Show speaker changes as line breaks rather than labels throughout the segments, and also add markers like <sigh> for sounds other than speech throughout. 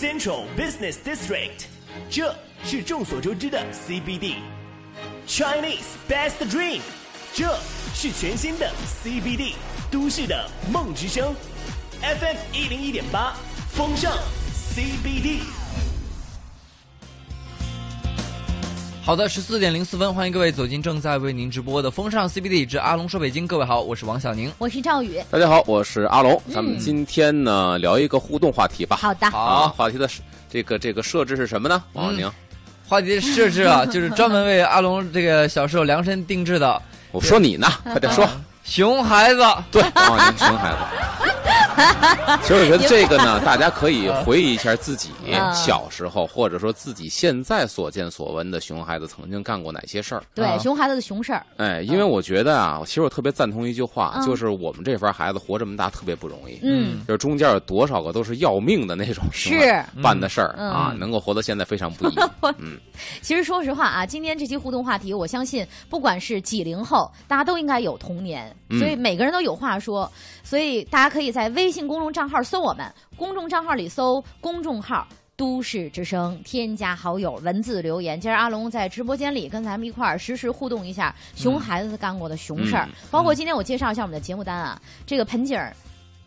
Central Business District，这是众所周知的 CBD。Chinese Best Dream，这是全新的 CBD 都市的梦之声。FM 一零一点八，风尚 CBD。
好的，十四点零四分，欢迎各位走进正在为您直播的风尚 CBD 之阿龙说北京。各位好，我是王小宁。
我是赵宇。
大家好，我是阿龙。咱们今天呢，聊一个互动话题吧。
嗯好嗯的，
啊，话题的是这个这个设置是什么呢？王小宁，
话题的设置
<laughs>
啊，就是专门为阿龙这个小时候量身定制的
我说你呢，快点说。
嗯
熊孩子。
对，王小宁熊孩
<laughs>
子。其实我觉得这个呢，大家可以回忆一下自己
啊
小时候，或者说自己现在所见所闻的熊孩子曾经干过哪些事儿。嗯
啊
对，熊孩子的熊事儿，
哎，因为我觉得啊，其实我特别赞同一句话，
嗯
就是我们这番孩子活这么大特别不容易。
嗯，
就是中间有多少个都是要命的那种
是
吧办的事儿
嗯
啊，能够活到现在非
<laughs>
常不易。嗯，
其实说实话啊，今天这期互动话题，我相信不管是几零后，大家都应该有童年，
嗯
所以每个人都有话说。所以大家可以在微信公众账号搜我们，公众账号里搜公众号。都市之声，添加好友，文字留言。今儿阿龙在直播间里跟咱们一块儿实时互动一下熊孩子干过的熊事儿，
嗯
包括今天我介绍一下我们的节目单啊，这个盆景儿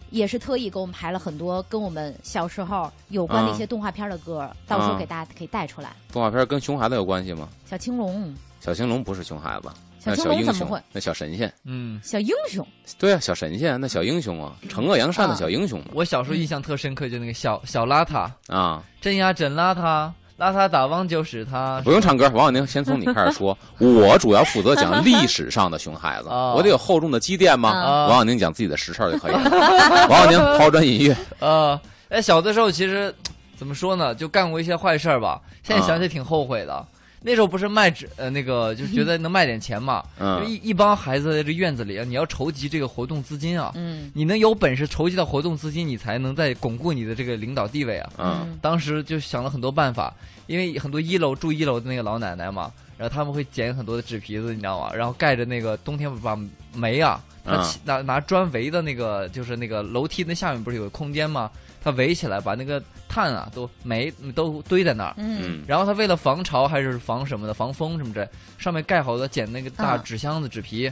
也是特意给我们排了很多跟我们小时候有关的一些动画片儿的歌，到时候
啊
给大家可以带出来。
动画片跟熊孩子有关系吗？
小青龙，
小青龙不是熊孩子，
小青
那啊小
龙
英
怎么
雄
会？，
那小神仙，
嗯，
小英雄，
对啊，小神仙，那小英雄啊，
嗯
惩恶扬善的小英雄嘛
我小时候印象特深刻，就那个小小邋遢，
啊！
镇压真邋遢，邋遢打汪就使他。
不用唱歌，王小宁先从你开始
<laughs>
说。我主要负责讲历史上的熊孩子，
哦
我得有厚重的积淀吗？
嗯
哦
王小宁讲自己的实事儿就可
<laughs>
以了。王小宁抛砖引玉，
呃，哎，小的时候其实怎么说呢，就干过一些坏事儿吧。现在想起挺后悔的。那时候不是卖纸呃那个，就是觉得能卖点钱嘛。
嗯
就一一帮孩子在这院子里啊，你要筹集这个活动资金啊。
嗯
你能有本事筹集到活动资金，你才能再巩固你的这个领导地位啊。
嗯，
当时就想了很多办法，因为很多一楼住一楼的那个老奶奶嘛，然后他们会捡很多的纸皮子，你知道吗？然后盖着那个冬天把煤啊，他
嗯
起拿拿砖围的那个，就是那个楼梯那下面不是有个空间吗？他围起来，把那个炭啊都煤都堆在那儿。
嗯
嗯
然后他为了防潮还是防什么的，防风什么之类，上面盖好的捡那个大
嗯
纸箱子、纸皮，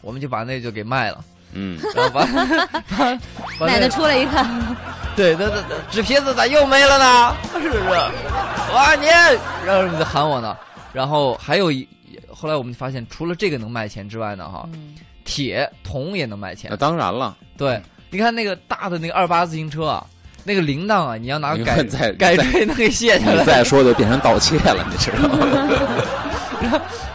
我们就把那就给卖了，
嗯，
然后
<laughs>
把把把那
奶奶
个
出来一看，
对，那那那纸皮子咋又没了呢？ <laughs> 是不是？哇你，然后你就喊我呢。然后还有一，后来我们发现，除了这个能卖钱之外呢，哈，
嗯
铁铜也能卖
那
钱。
当
<laughs>
然了，
对，你看那个大的那个二八自行车啊，那个铃铛啊，你要拿
你
改
再
改
再
锥能给卸下
你
来。
再说就变成盗窃了，你知
<laughs>
道吗？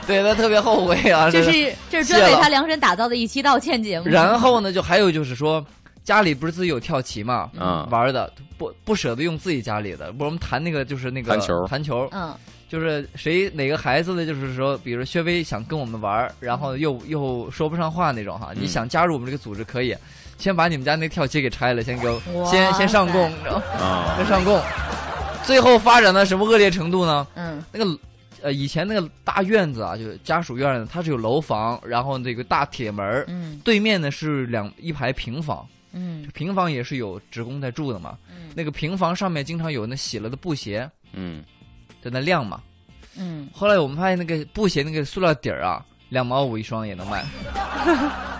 对他特别后悔啊。
这
真的
是这是
谢
专为
了
他量身打造的一期道歉节目。
然后呢，就还有就是说，家里不是自己有跳棋嘛，
啊
玩的不不舍得用自己家里的，不是我们弹那个就是那个
弹球
弹球，
嗯，
就是谁哪个孩子呢？就是说，比如薛微想跟我们玩儿，然后又又说不上话那种哈。
嗯
你想加入我们这个组织可以，先把你们家那跳棋给拆了，先给我
哇
先先上
塞
供，你知道吗
啊
先上供。最后发展到什么恶劣程度呢？
嗯
那个呃，以前那个大院子啊，就是家属院子，它是有楼房，然后那个大铁门儿，
嗯
对面呢是两一排平房，
嗯
平房也是有职工在住的嘛。
嗯
那个平房上面经常有那洗了的布鞋
嗯，
在那晾嘛。
嗯，
后来我们发现那个布鞋那个塑料底儿啊，两毛五一双也能卖。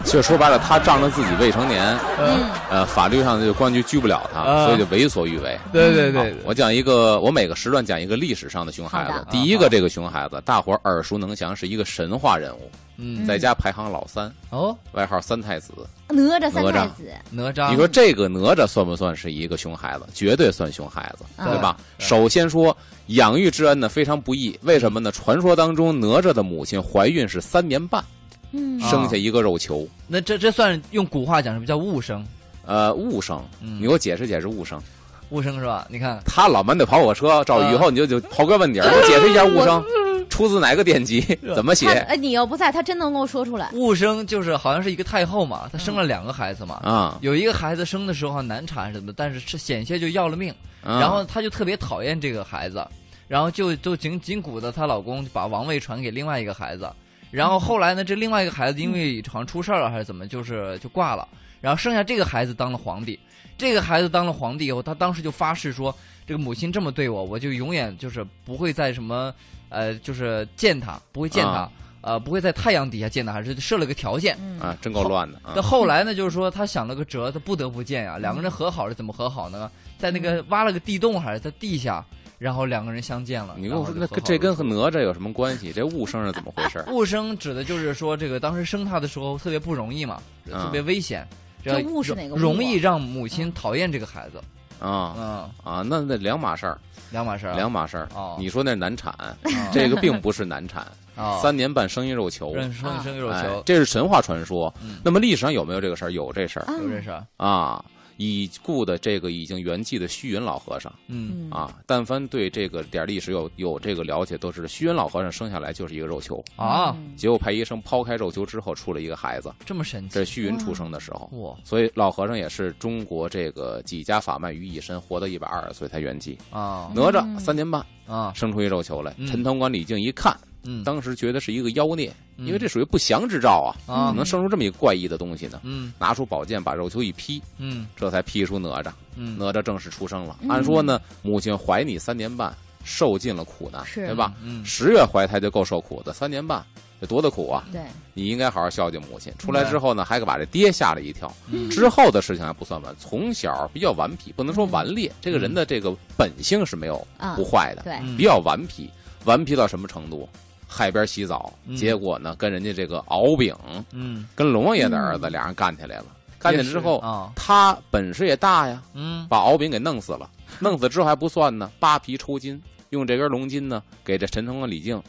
就说白了，他仗着自己未成年，
嗯，
呃，法律上就公安局拘不了他，
啊
所以就为所欲为。
对对
好
对，
我讲一个，我每个时段讲一个历史上的熊孩
好
子
的。
第一个这个熊孩子，大伙儿耳熟能详，是一个神话人物，
嗯，
在家排行老三，
哦，
外号三太子。
哪吒三
哪
太
吒
子，
哪吒，
你说这个哪吒算不算是一个熊孩子？绝对算熊孩子，
啊
对吧？
对
首先说养育之恩呢非常不易，为什么呢？传说当中哪吒的母亲怀孕是三年半，
嗯
啊
生下一个肉球，
那这这算用古话讲什么叫物生？
呃，误生。
啊嗯
你给我解释解释误生。
物生是吧？你看，
他老满得跑火车，赵
啊
宇以后你就就刨根问底儿，解释一下误生出自哪个典籍，怎么写
他
哎
呃你要不在，他真能够说出来。
物生就是好像是一个太后嘛，她生了两个孩子嘛。
啊？
有一个孩子生的时候好像啊难产什么的，但是是险些就要了命，
啊
然后她就特别讨厌这个孩子，然后就就紧紧鼓的她老公把王位传给另外一个孩子，然后后来呢，这另外一个孩子因为好像出事儿了还是怎么，就是就挂了。然后剩下这个孩子当了皇帝，这个孩子当了皇帝以后，他当时就发誓说，这个母亲这么对我，我就永远就是不会再什么，呃，就是见他，不会见他，
啊
呃，不会在太阳底下见他，还是设了个条件。
嗯
啊，真够乱的啊嗯
那！后来呢，就是说他想了个辙，他不得不见呀、两个人和好是怎么和好呢？在那个挖了个地洞，还是在地下，然后两个人相见了。
你
然
跟
后
我说，
就
那
和
跟
好
这
了
跟和哪吒有什么关系？这雾生是怎么回事？
<laughs> 误生指的就是说，这个当时生他的时候特别不容易嘛，
嗯
特别危险。
这
这
误是哪个误啊
容易让母亲讨厌这个孩子，
啊
嗯，
啊，那那两码事儿，
两码事儿啊。
两码事儿
哦。
你说那是难产，
啊
这个
<laughs>
并不是难产，
啊，
三年半生一肉球，
认生
啊
生一肉
哎
球，
这是神话传说
嗯。
那么历史上有没有这个事儿？有这事儿
啊
有认识啊？
啊。已故的这个已经圆寂的虚云老和尚
嗯，
嗯，
啊，但凡对这个点儿历史有有这个了解，都是虚云老和尚生下来就是一个肉球，
啊，
嗯
结果派医生抛开肉球之后出了一个孩子，
这么神奇
这是虚云出生的时候。
哇
所以老和尚也是中国这个几家法脉于一身，活到一百二十岁才圆寂。
啊
哪
嗯
吒三年半
啊
生出一肉球来，
嗯
陈塘关李靖一看，
嗯
当时觉得是一个妖孽，
嗯
因为这属于不祥之兆啊，
啊
怎么能生出这么一个怪异的东西呢？
嗯
拿出宝剑把肉球一劈，
嗯
这才劈出哪吒。
嗯，
哪吒正式出生了。
嗯
按说呢，母亲怀你三年半，受尽了苦难，
是
对吧？
嗯
十月怀胎就够受苦的，三年半这多大苦啊！
对，
你应该好好孝敬母亲。出来之后呢，还把这爹吓了一跳。
嗯
之后的事情还不算完，从小比较顽皮，不能说顽劣，这个人的这个本性是没有
啊
不坏的，
嗯对，
嗯
比较顽皮，顽皮到什么程度？海边洗澡，
嗯
结果呢，跟人家这个敖丙，
嗯，
跟龙王爷的儿子
嗯
俩人干起来了。干起来之后，
啊，
他本事也大呀，
嗯
把敖丙给弄死了。弄死之后还不算呢，扒皮抽筋，用这根龙筋呢，给这陈诚和李靖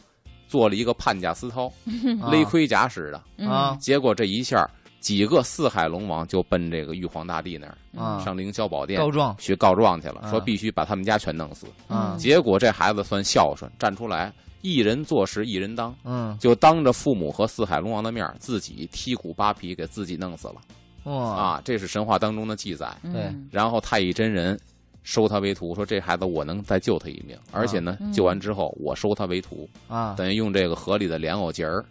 做了一个判甲私掏，嗯勒盔甲使的。
嗯
啊
结果这一下，几个四海龙王就奔这个玉皇大帝那儿
啊，
上凌霄宝殿
告状
去告状去了，
啊
说必须把他们家全弄死。
啊
嗯
结果这孩子算孝顺，站出来，一人做事一人当，
嗯
就当着父母和四海龙王的面儿，自己剔骨扒皮给自己弄死了
哇
啊！这是神话当中的记载。
对
嗯
然后太乙真人收他为徒，说这孩子我能再救他一命，而且呢，
嗯
救完之后我收他为徒，
啊
等于用这个河里的莲藕节儿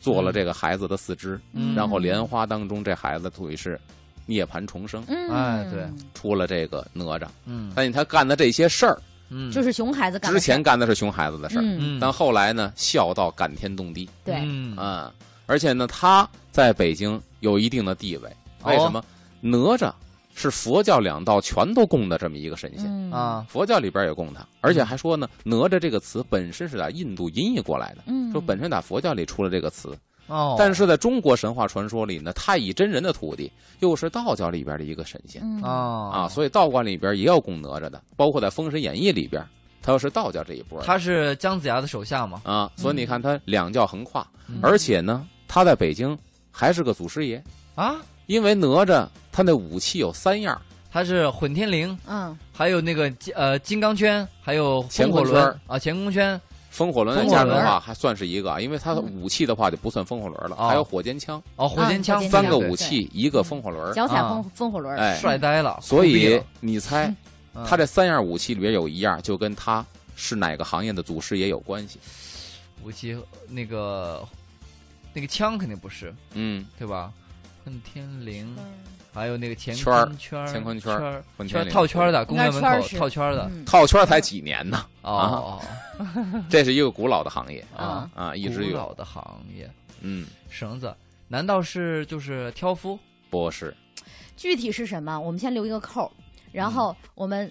做了这个孩子的四肢，
嗯
然后莲花当中这孩子属于是涅槃重生，
嗯，
哎对
出了这个哪吒。
嗯
但是他干的这些事儿，
嗯
哎就是熊孩子干的
之前干的是熊孩子的
事
事
儿
儿，
嗯，
嗯
但后来呢，孝道感天动地
对，
嗯
啊、而且呢，他在北京有一定的地位，
哦
为什么？哪吒是佛教两道全都供的这么一个神仙。
嗯，
啊
佛教里边也供他，而且还说呢，哪吒这个词本身是打印度音译过来的，
嗯，
说本身打佛教里出了这个词，
哦，
但是在中国神话传说里呢，太乙真人的徒弟又是道教里边的一个神仙
嗯
啊，
啊
所以道观里边也有供哪吒的，包括在《封神演义》里边，他又是道教这一波的
他是姜子牙的手下嘛，
啊，所以你
嗯
看他两教横跨，
嗯
而且呢，他在北京还是个祖师爷，
啊，
因为哪吒他那武器有三样，
他是混天绫，
嗯
还有那个金呃金刚圈，还有风
乾
火
坤
轮
圈
啊，乾坤圈
风火轮
风火
加上的
轮嗯
话还算是一个啊，因为他武器的话就不算风火轮了，
哦
还有火尖枪。
哦，火箭
啊
枪
火箭
三
枪
个武器一个风火轮儿，
脚踩
啊
风风火轮儿，
哎
帅呆了，
所
酷毙
以
了
你猜
嗯
他这三样武器里边有一样就跟他是哪个行业的祖师爷有关系。
武器那个那个枪肯定不是
嗯，
对吧？混天绫，
嗯
还有那个乾
圈儿
坤圈儿、
乾坤
圈
圈儿
儿
混
圈
天嗯
儿
绫
套圈儿的，公园门
应该圈儿
口
是
套圈儿的
嗯
套圈儿才几年呢，
哦
这是一个古老的行业
嗯
哦啊，
啊，一直
古
有。
老的行业，
嗯，
绳子难道是就是挑夫？
不是
具体是什么，我们先留一个扣儿，
嗯
然后我们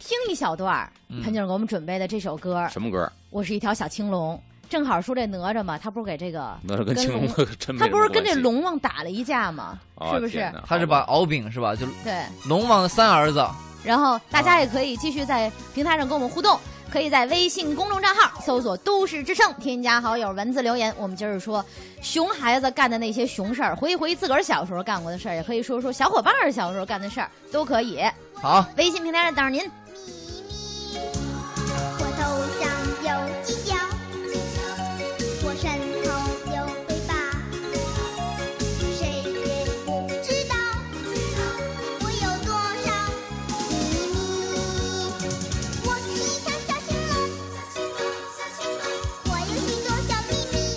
听一小段儿
嗯
潘静给我们准备的这首歌儿《
什么歌？
我是一条小青龙》，正好说这哪吒嘛，他不是给这个
那是跟青龙
跟
可真没
他
什么
不是跟这
关系
龙王打了一架吗？
啊
是不是
天哪
他是
好
把
吧
敖丙是吧？就
对，
龙王的三儿子。
然后大家也
啊
可以继续在平台上跟我们互动，可以在微信公众账号搜索“都市之声”，添加好友，文字留言。我们今儿说熊孩子干的那些熊事儿，回忆回忆自个儿小时候干过的事儿，也可以说说小伙伴儿小时候干的事儿，都可以。
好，
微信平台上等着您。
咪咪，我头上有犄角，我身后有尾巴，谁也不知道我有多少咪咪。我是一条小青龙，我有许多小秘密，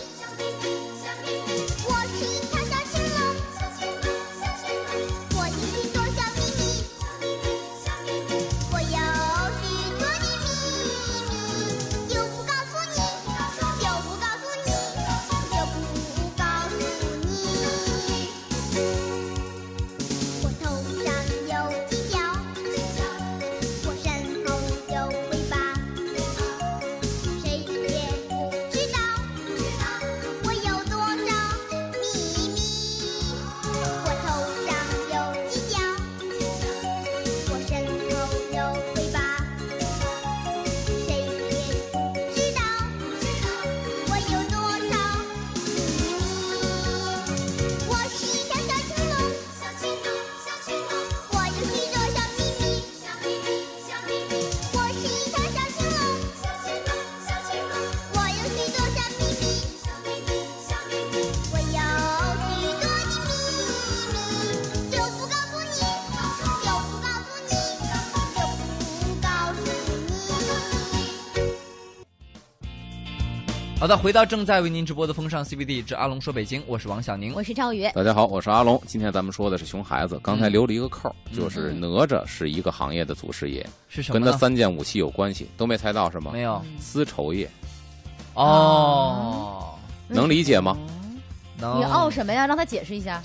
好的，回到正在为您直播的风尚 CBD 之阿龙说北京，我是王小宁。
我是赵宇，
大家好，我是阿龙。今天咱们说的是熊孩子，刚才留了一个扣儿，就是
嗯
哪吒是一个行业的祖师爷，
是什么
跟
呢？
他三件武器有关系，都没猜到是吗
没？有
嗯
丝绸业
哦，
能理解吗？
能
啊嗯你哦什么呀？让他解释一下。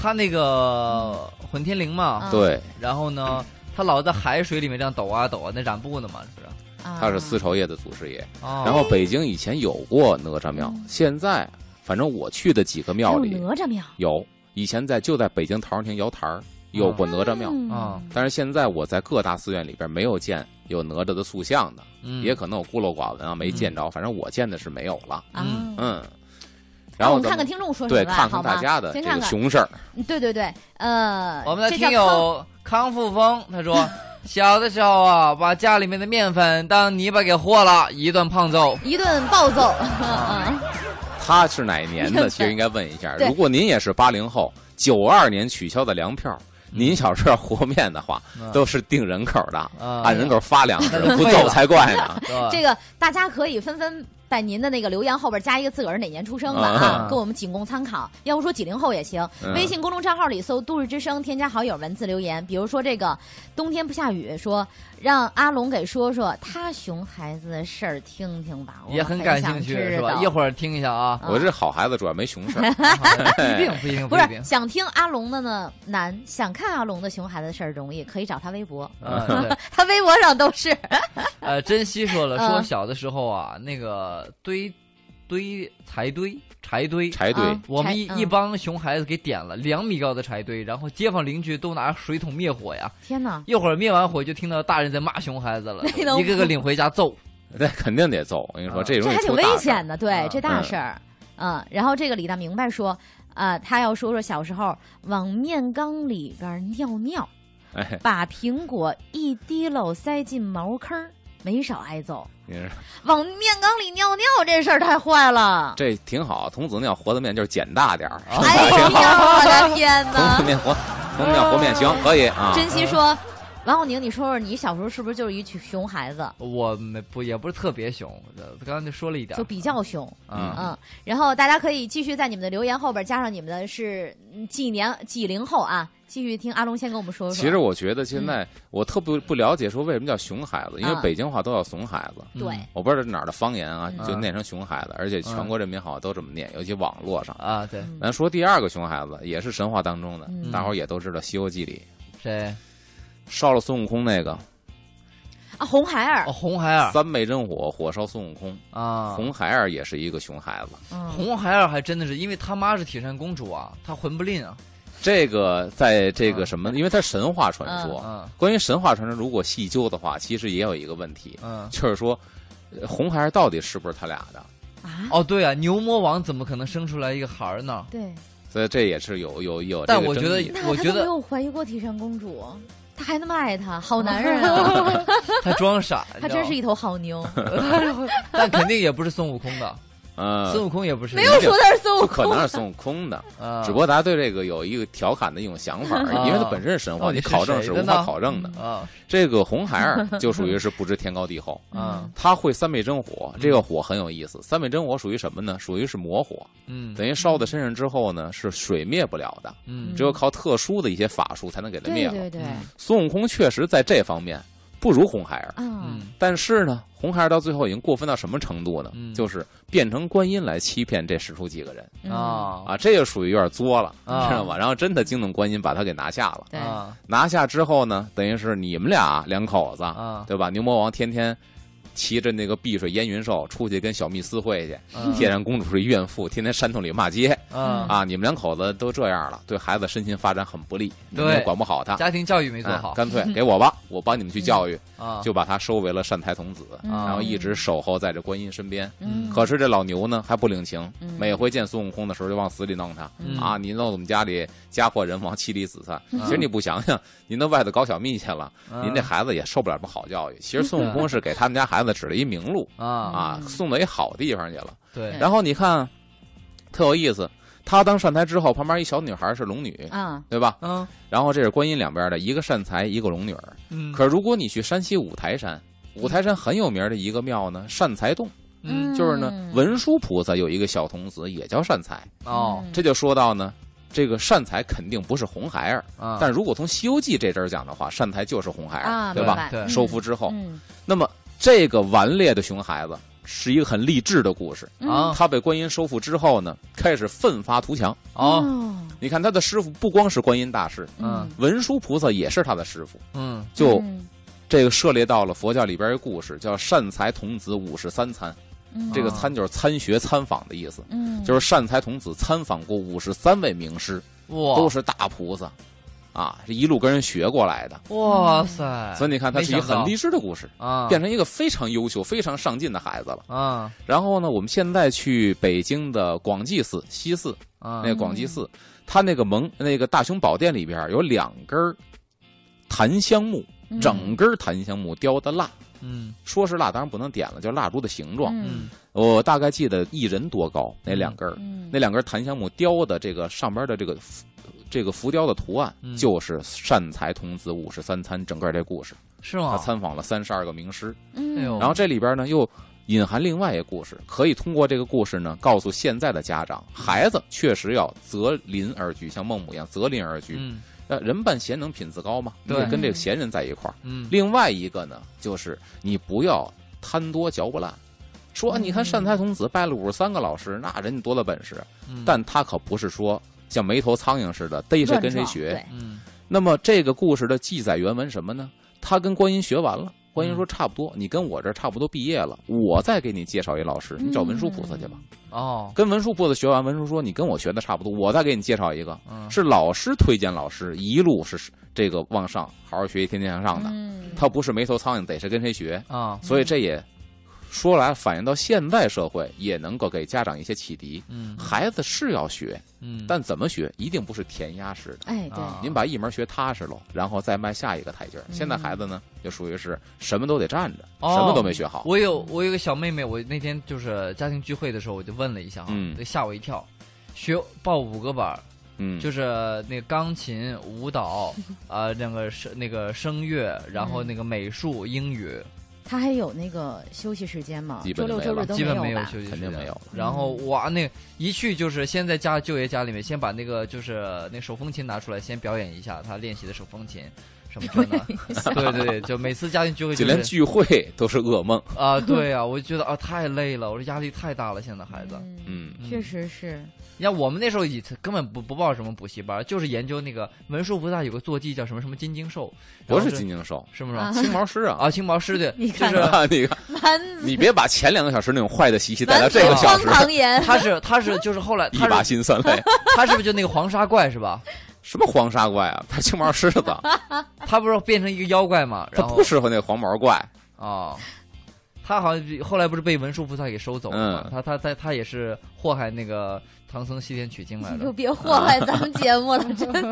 他那个混天绫嘛，
啊
对，
然后呢，他老在海水里面这样抖啊抖啊，那染布呢嘛，是不是？
啊嗯
他是丝
绸。
绸业的祖师爷。
哦，
然后北京以前有过哪吒庙，现在反正我去的几个
还
庙
有
里
哪吒庙，
嗯有，以前在就在北京陶然亭瑶台儿有过哪吒庙，
嗯
啊，
哦但是现在我在各大寺院里边没有见有哪吒的塑像的，
嗯
也可能我孤陋寡闻啊，没见着，反正我见的是没有了。
啊
嗯。
嗯，然
让我
后
们
咱
看看
们
听众说什么
对
吧，
看
好
看
吗
大家的这
先看
个
看。
熊事儿，
对对对，呃，
我们的
这叫
听友康复峰他
<laughs>
说，小的时候啊，把家里面的面粉当泥巴给和了，一顿胖揍。
一顿暴揍，
啊
嗯
他是哪一年
对
的？其实应该问一下。
对
如果您也是八零后，九二年取消的粮票，您小时候和面的话，
嗯
都是定人口的，
啊
按人口发粮食
那，就
不
废
揍
了啊
才怪呢。
对
<laughs> 这个大家可以纷纷在您的那个留言后边加一个自个儿是哪年出生的啊
啊，
跟我们仅供参考。要不说九零后也行，
嗯
微信公众账号里搜“都市之声”，添加好友，文字留言。比如说这个冬天不下雨，说让阿龙给说说他熊孩子的事儿，听听吧，我
也很
很
感
想
兴趣，
知
是吧？
道嗯
一会儿听一下啊，
我这好孩子主要没熊事儿， <laughs>
一定不一定
不
一
是 <laughs>
定。
想听阿龙的呢难，想看阿龙的熊孩子的事儿容易，可以找他微博， <laughs>
嗯，对
他微博上
<laughs>
都是。
呃，珍惜说了，
嗯
说小的时候啊，那个堆堆柴堆柴堆，
柴堆
啊
我们一
柴嗯
一帮熊孩子给点了两米高的柴堆，然后街坊邻居都拿水桶灭火呀，
天哪！
一会儿灭完火就听到大人在骂熊孩子了
<laughs> 那能，
一个个领回家揍。
那肯定得揍。我跟你说，
啊
这
这
容易
还挺
出
危
大事
险
儿。啊
的，对
嗯，
这大事儿。嗯，然后这个李大明白说，呃，他要说说小时候往面缸里边尿尿，
哎，
把苹果一滴漏塞进茅坑儿，没少挨揍。
你说
往面缸里尿尿这事儿太坏了！
这挺好，童子尿和的面就是捡大点儿，
啊
哎呀，我的天
<laughs> 童子
哪！
面和童子尿和面行，可以啊。
珍惜说，王小宁，你说说你小时候是不是就是一群熊孩子，
我没不也不是特别熊，呃刚刚就说了一点儿，
就比较熊？
啊，
嗯，然后大家可以继续在你们的留言后边加上你们的是嗯几年几零后啊，继续听阿龙先跟我们说说。
其实我觉得现在我特不不了解，说为什么叫熊孩子，因为
啊
北京话都叫怂孩子。
嗯
对
我不知道这哪儿的方言啊，
嗯
就念成熊孩子，而且全国人民好像都这么念，尤其网络上。
啊，对，
嗯
咱说第二个熊孩子，也是神话当中的
嗯，
大伙儿也都知道，《西游记》里
谁？
烧了孙悟空那个
啊，红孩儿
哦，，红孩儿
三昧真火，火烧孙悟空，
啊，
红孩儿也是一个熊孩子。
嗯
红孩儿还真的是，因为他妈是铁扇公主啊，她魂不吝啊，
这个在这
啊
个什么，因为它是神话传说，
嗯
关于神话传说，如果细究的话，其实也有一个问题，
嗯，
就是说，呃红孩儿到底是不是他俩的？
啊，
哦对啊，牛魔王怎么可能生出来一个孩儿呢？
对，
所以这也是有有有这
但
个
我
争
觉得
议的。
那
我
他
觉
都
得
没有怀疑过铁扇公主，他还那么爱她，好男人
<laughs>
啊，
他装傻，
他真是
一，
一头好牛，
但肯定也不是孙悟空的，孙
<laughs> 嗯，
悟空也不是
没有说他是孙
不
悟
可
空
能，是孙悟空的，
啊，
只不过大家对这个有一个调侃的一种想法而
啊
已，因为它本身是神话，
到底
你
是
考证
谁
是
的
无法
呢
考证的。
啊
这个红孩儿
<laughs>
就属于是不知天高地厚，
嗯
啊
他会三昧真火，
嗯
这个火很有意思。三昧真火属于什么呢？属于是魔火，
嗯
等于烧到身上之后呢，是水灭不了的。
嗯
只有靠特殊的一些法术才能给它灭
对对
了。
对，
嗯
孙悟空确实在这方面不如红孩儿，
啊，
嗯
但是呢，红孩儿到最后已经过分到什么程度呢？
嗯
就是变成观音来欺骗这十处几个人
嗯，
啊
啊，这就属于有点作了，
啊
知道吗？然后真的惊动观音把他给拿下了。
对，
啊
拿下之后呢，等于是你们俩两口子，
啊
对吧？牛魔王天天骑着那个碧水烟云兽出去跟小蜜私会去，
嗯
铁扇公主是怨妇，天天山洞里骂街。
嗯
啊，
啊，你们两口子都这样了，对孩子身心发展很不利，你们
对
也管不好他，
家庭教育没做
哎
好
干脆给我吧，我帮你们去教育，
啊，嗯
就把他收为了善财童子，然后一直守候在这观音身边。
嗯，
可是这老牛呢还不领情，
嗯
每回见孙悟空的时候就往死里弄他
嗯
啊！你弄我们家里家破人亡，妻离子散。
嗯
其实你不想想，您到外头搞小蜜去了，
嗯
您这孩子也受不了什么好教育。其实孙悟空是给他们家孩子指了一明路
啊
啊，送到一好地方去了。
对
然后你看，特有意思，他当善财之后，旁边一小女孩是龙女，
啊，
对吧？
嗯
然后这是观音两边的一个善财，一个龙女儿。
嗯
可如果你去山西五台山，五台山很有名的一个庙呢，善财洞，
嗯
就是呢，文殊菩萨有一个小童子也叫善财，
哦
嗯
这就说到呢，这个善财肯定不是红孩儿，
啊，
但如果从《西游记》这阵儿讲的话，善财就是红孩儿，
啊，
对
明
吧？
白
对
收服之后，
嗯
那么这个顽劣的熊孩子是一个很励志的故事。
嗯
啊
他被观音收服之后呢，开始奋发图强。
哦，
嗯
你看他的师傅不光是观音大师，
嗯
文殊菩萨也是他的师傅。
嗯，
就
嗯
这个涉猎到了佛教里边一个故事，叫善财童子五十三参。
嗯
这个
啊
参就是参学参访的意思，
嗯
就是善财童子参访过五十三位名师，
哇，
都是大菩萨，啊，是一路跟人学过来的。
哇塞，
所以你看，他是一个
哎没想到
很励志的故事，
啊，
变成一个非常优秀、非常上进的孩子了。
啊
然后呢，我们现在去北京的广济寺、西寺，
啊
那个广济寺，它那个蒙那个大雄宝殿里边有两根儿檀香木，
嗯
整根儿檀香木雕的蜡，
嗯
说是蜡，当然不能点了，就是蜡烛的形状。
嗯
嗯
我大概记得一人多高，那两根儿，
嗯
那两根檀香木雕的这个上边的这个浮这个浮雕的图案，
嗯
就是善财童子五十三参整个这故事，
是
他
吗？
参访了三十二个名师，
嗯
哎呦
然后这里边呢又隐含另外一个故事，可以通过这个故事呢告诉现在的家长，孩子确实要择邻而居，像孟母一样择邻而居。
嗯
呃，人伴贤能，品自高嘛，你
对
得跟这个贤人在一块儿。
嗯
另外一个呢，就是你不要贪多嚼不烂。说，啊你看善财童子拜了五十三个老师，那人家多了本事，啊
嗯，
但他可不是说像没头苍蝇似的逮谁跟谁学。
对
嗯
那么这个故事的记载原文什么呢？他跟观音学完了，观音说差不
嗯
多，你跟我这儿差不多毕业了，我再给你介绍一老师，
嗯
你找文殊菩萨去吧。
哦
跟文殊菩萨学完，文殊说你跟我学的差不多，我再给你介绍一个。
嗯
是老师推荐老师，一路是这个往上，好好学习，天天向上的。
嗯
他不是没头苍蝇逮谁跟谁学，
啊
所以这也说来反映到现在社会，也能够给家长一些启迪。
嗯
孩子是要学，
嗯，
但怎么学一定不是填鸭式的。
哎对
啊
您把一门学踏实喽，然后再迈下一个台阶儿。
嗯
现在孩子呢，就属于是什么都得站着，
哦
什么都没学好。
我有我有个小妹妹，我那天就是家庭聚会的时候，我就问了一下哈，
嗯
就吓我一跳，学报五个班儿，
嗯，
就是那个钢琴、舞
<laughs>
蹈，啊，那个声那个声乐，然后
嗯
那个美术、英语，
他还有那个休息时间吗？
基
周
本
六
没
周
了
日都
基本
没
有
吧？嗯
休息时间，
肯定没有了
然后哇，那一去就是先在家就业家里面，先把那个就是那手风琴拿出来，先表演一下她练习的手风琴什么真的，对对对，就每次家庭聚会
就
就
连
是
聚会都是噩梦。
啊，对啊，我就觉得啊太累了，我说压力太大了，现在孩子。
嗯，
嗯
确实是，
你看我们那时候也根本不不报什么补习班，就是研究那个文殊菩萨有个坐骑叫什么什么金睛兽，
不
然后
是
就
金睛兽，
是不是
啊
青毛狮啊。
啊？青毛
<laughs>
狮对，
你
就
看
是啊
你看，
满
<laughs> 你别把前两个小时那种坏的习气带到
满
这个小
<laughs>
荒
时，
唐
<laughs>
言，
他是他是就是后来
一
他
把
是
辛酸泪。
他是不是就那个黄沙怪是吧？
什么黄沙怪啊？他青毛狮子，
他不是变成一个妖怪嘛？
他
<laughs> 然后
不适合那黄
<laughs>
毛怪。
哦，他好像比后来不是被文殊菩萨给收走了嘛？
嗯
他他他他也是祸害那个唐僧西天取经来
你就
的。
别祸害咱们节目
<laughs>
了，真的。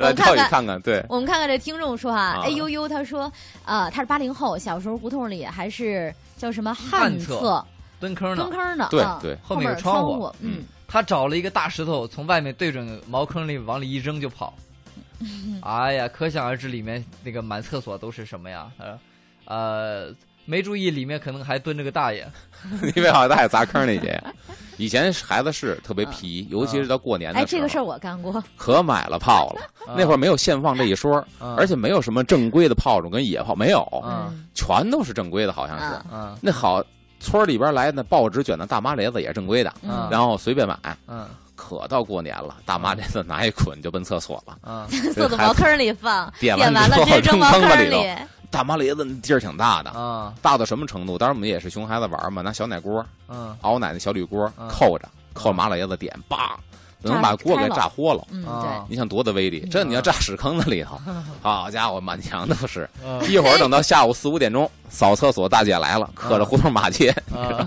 来，
我
跳
看
你
看
看看，
<laughs>
对，
我们看看这听众说啊
啊，
哎呦呦，他说，呃，他是八零后，小时候胡同里还是叫什么旱厕
旱蹲坑呢
蹲？坑呢，
对
啊
对
后
后面有
有
窗户
户，嗯，
他找了一个大石头，从外面对准茅坑里往里一扔就跑。哎呀，可想而知里面那个满厕所都是什么呀？他说呃，没注意里面可能还蹲着个大爷。
因为好大爷砸坑里去。以前孩子是特别皮，
嗯
尤其是到过年的时
哎，
候，
这个事儿我干过，
可买了炮了。那会儿没有现放这一说，
嗯
而且没有什么正规的炮种跟野炮，没有，
啊
嗯
全都是正规的，好像是。
嗯
嗯
那好，村儿里边来的报纸卷的大麻雷子也是正规的，
啊
嗯
然后随便买。
嗯
可到过年了，大麻雷子拿一捆就奔厕所了。
嗯，
坐到茅坑里放，
点
点
完
完了
之
直接
后
扔
扔
茅
坑
坑
子里
里，
大麻雷子那劲儿挺大的，
啊
大到什么程度？当然我们也是熊孩子玩嘛，拿小奶锅
嗯
熬奶那小铝锅
嗯
扣着，扣麻雷子点，叭，能把锅给炸豁了。
嗯，
啊
对，
你想多大威力？这你要炸屎坑子里头，好家伙，满墙都是。
嗯
一会儿等到下午四五点钟，扫厕所大姐来了，刻着胡同马街。 <laughs>
啊，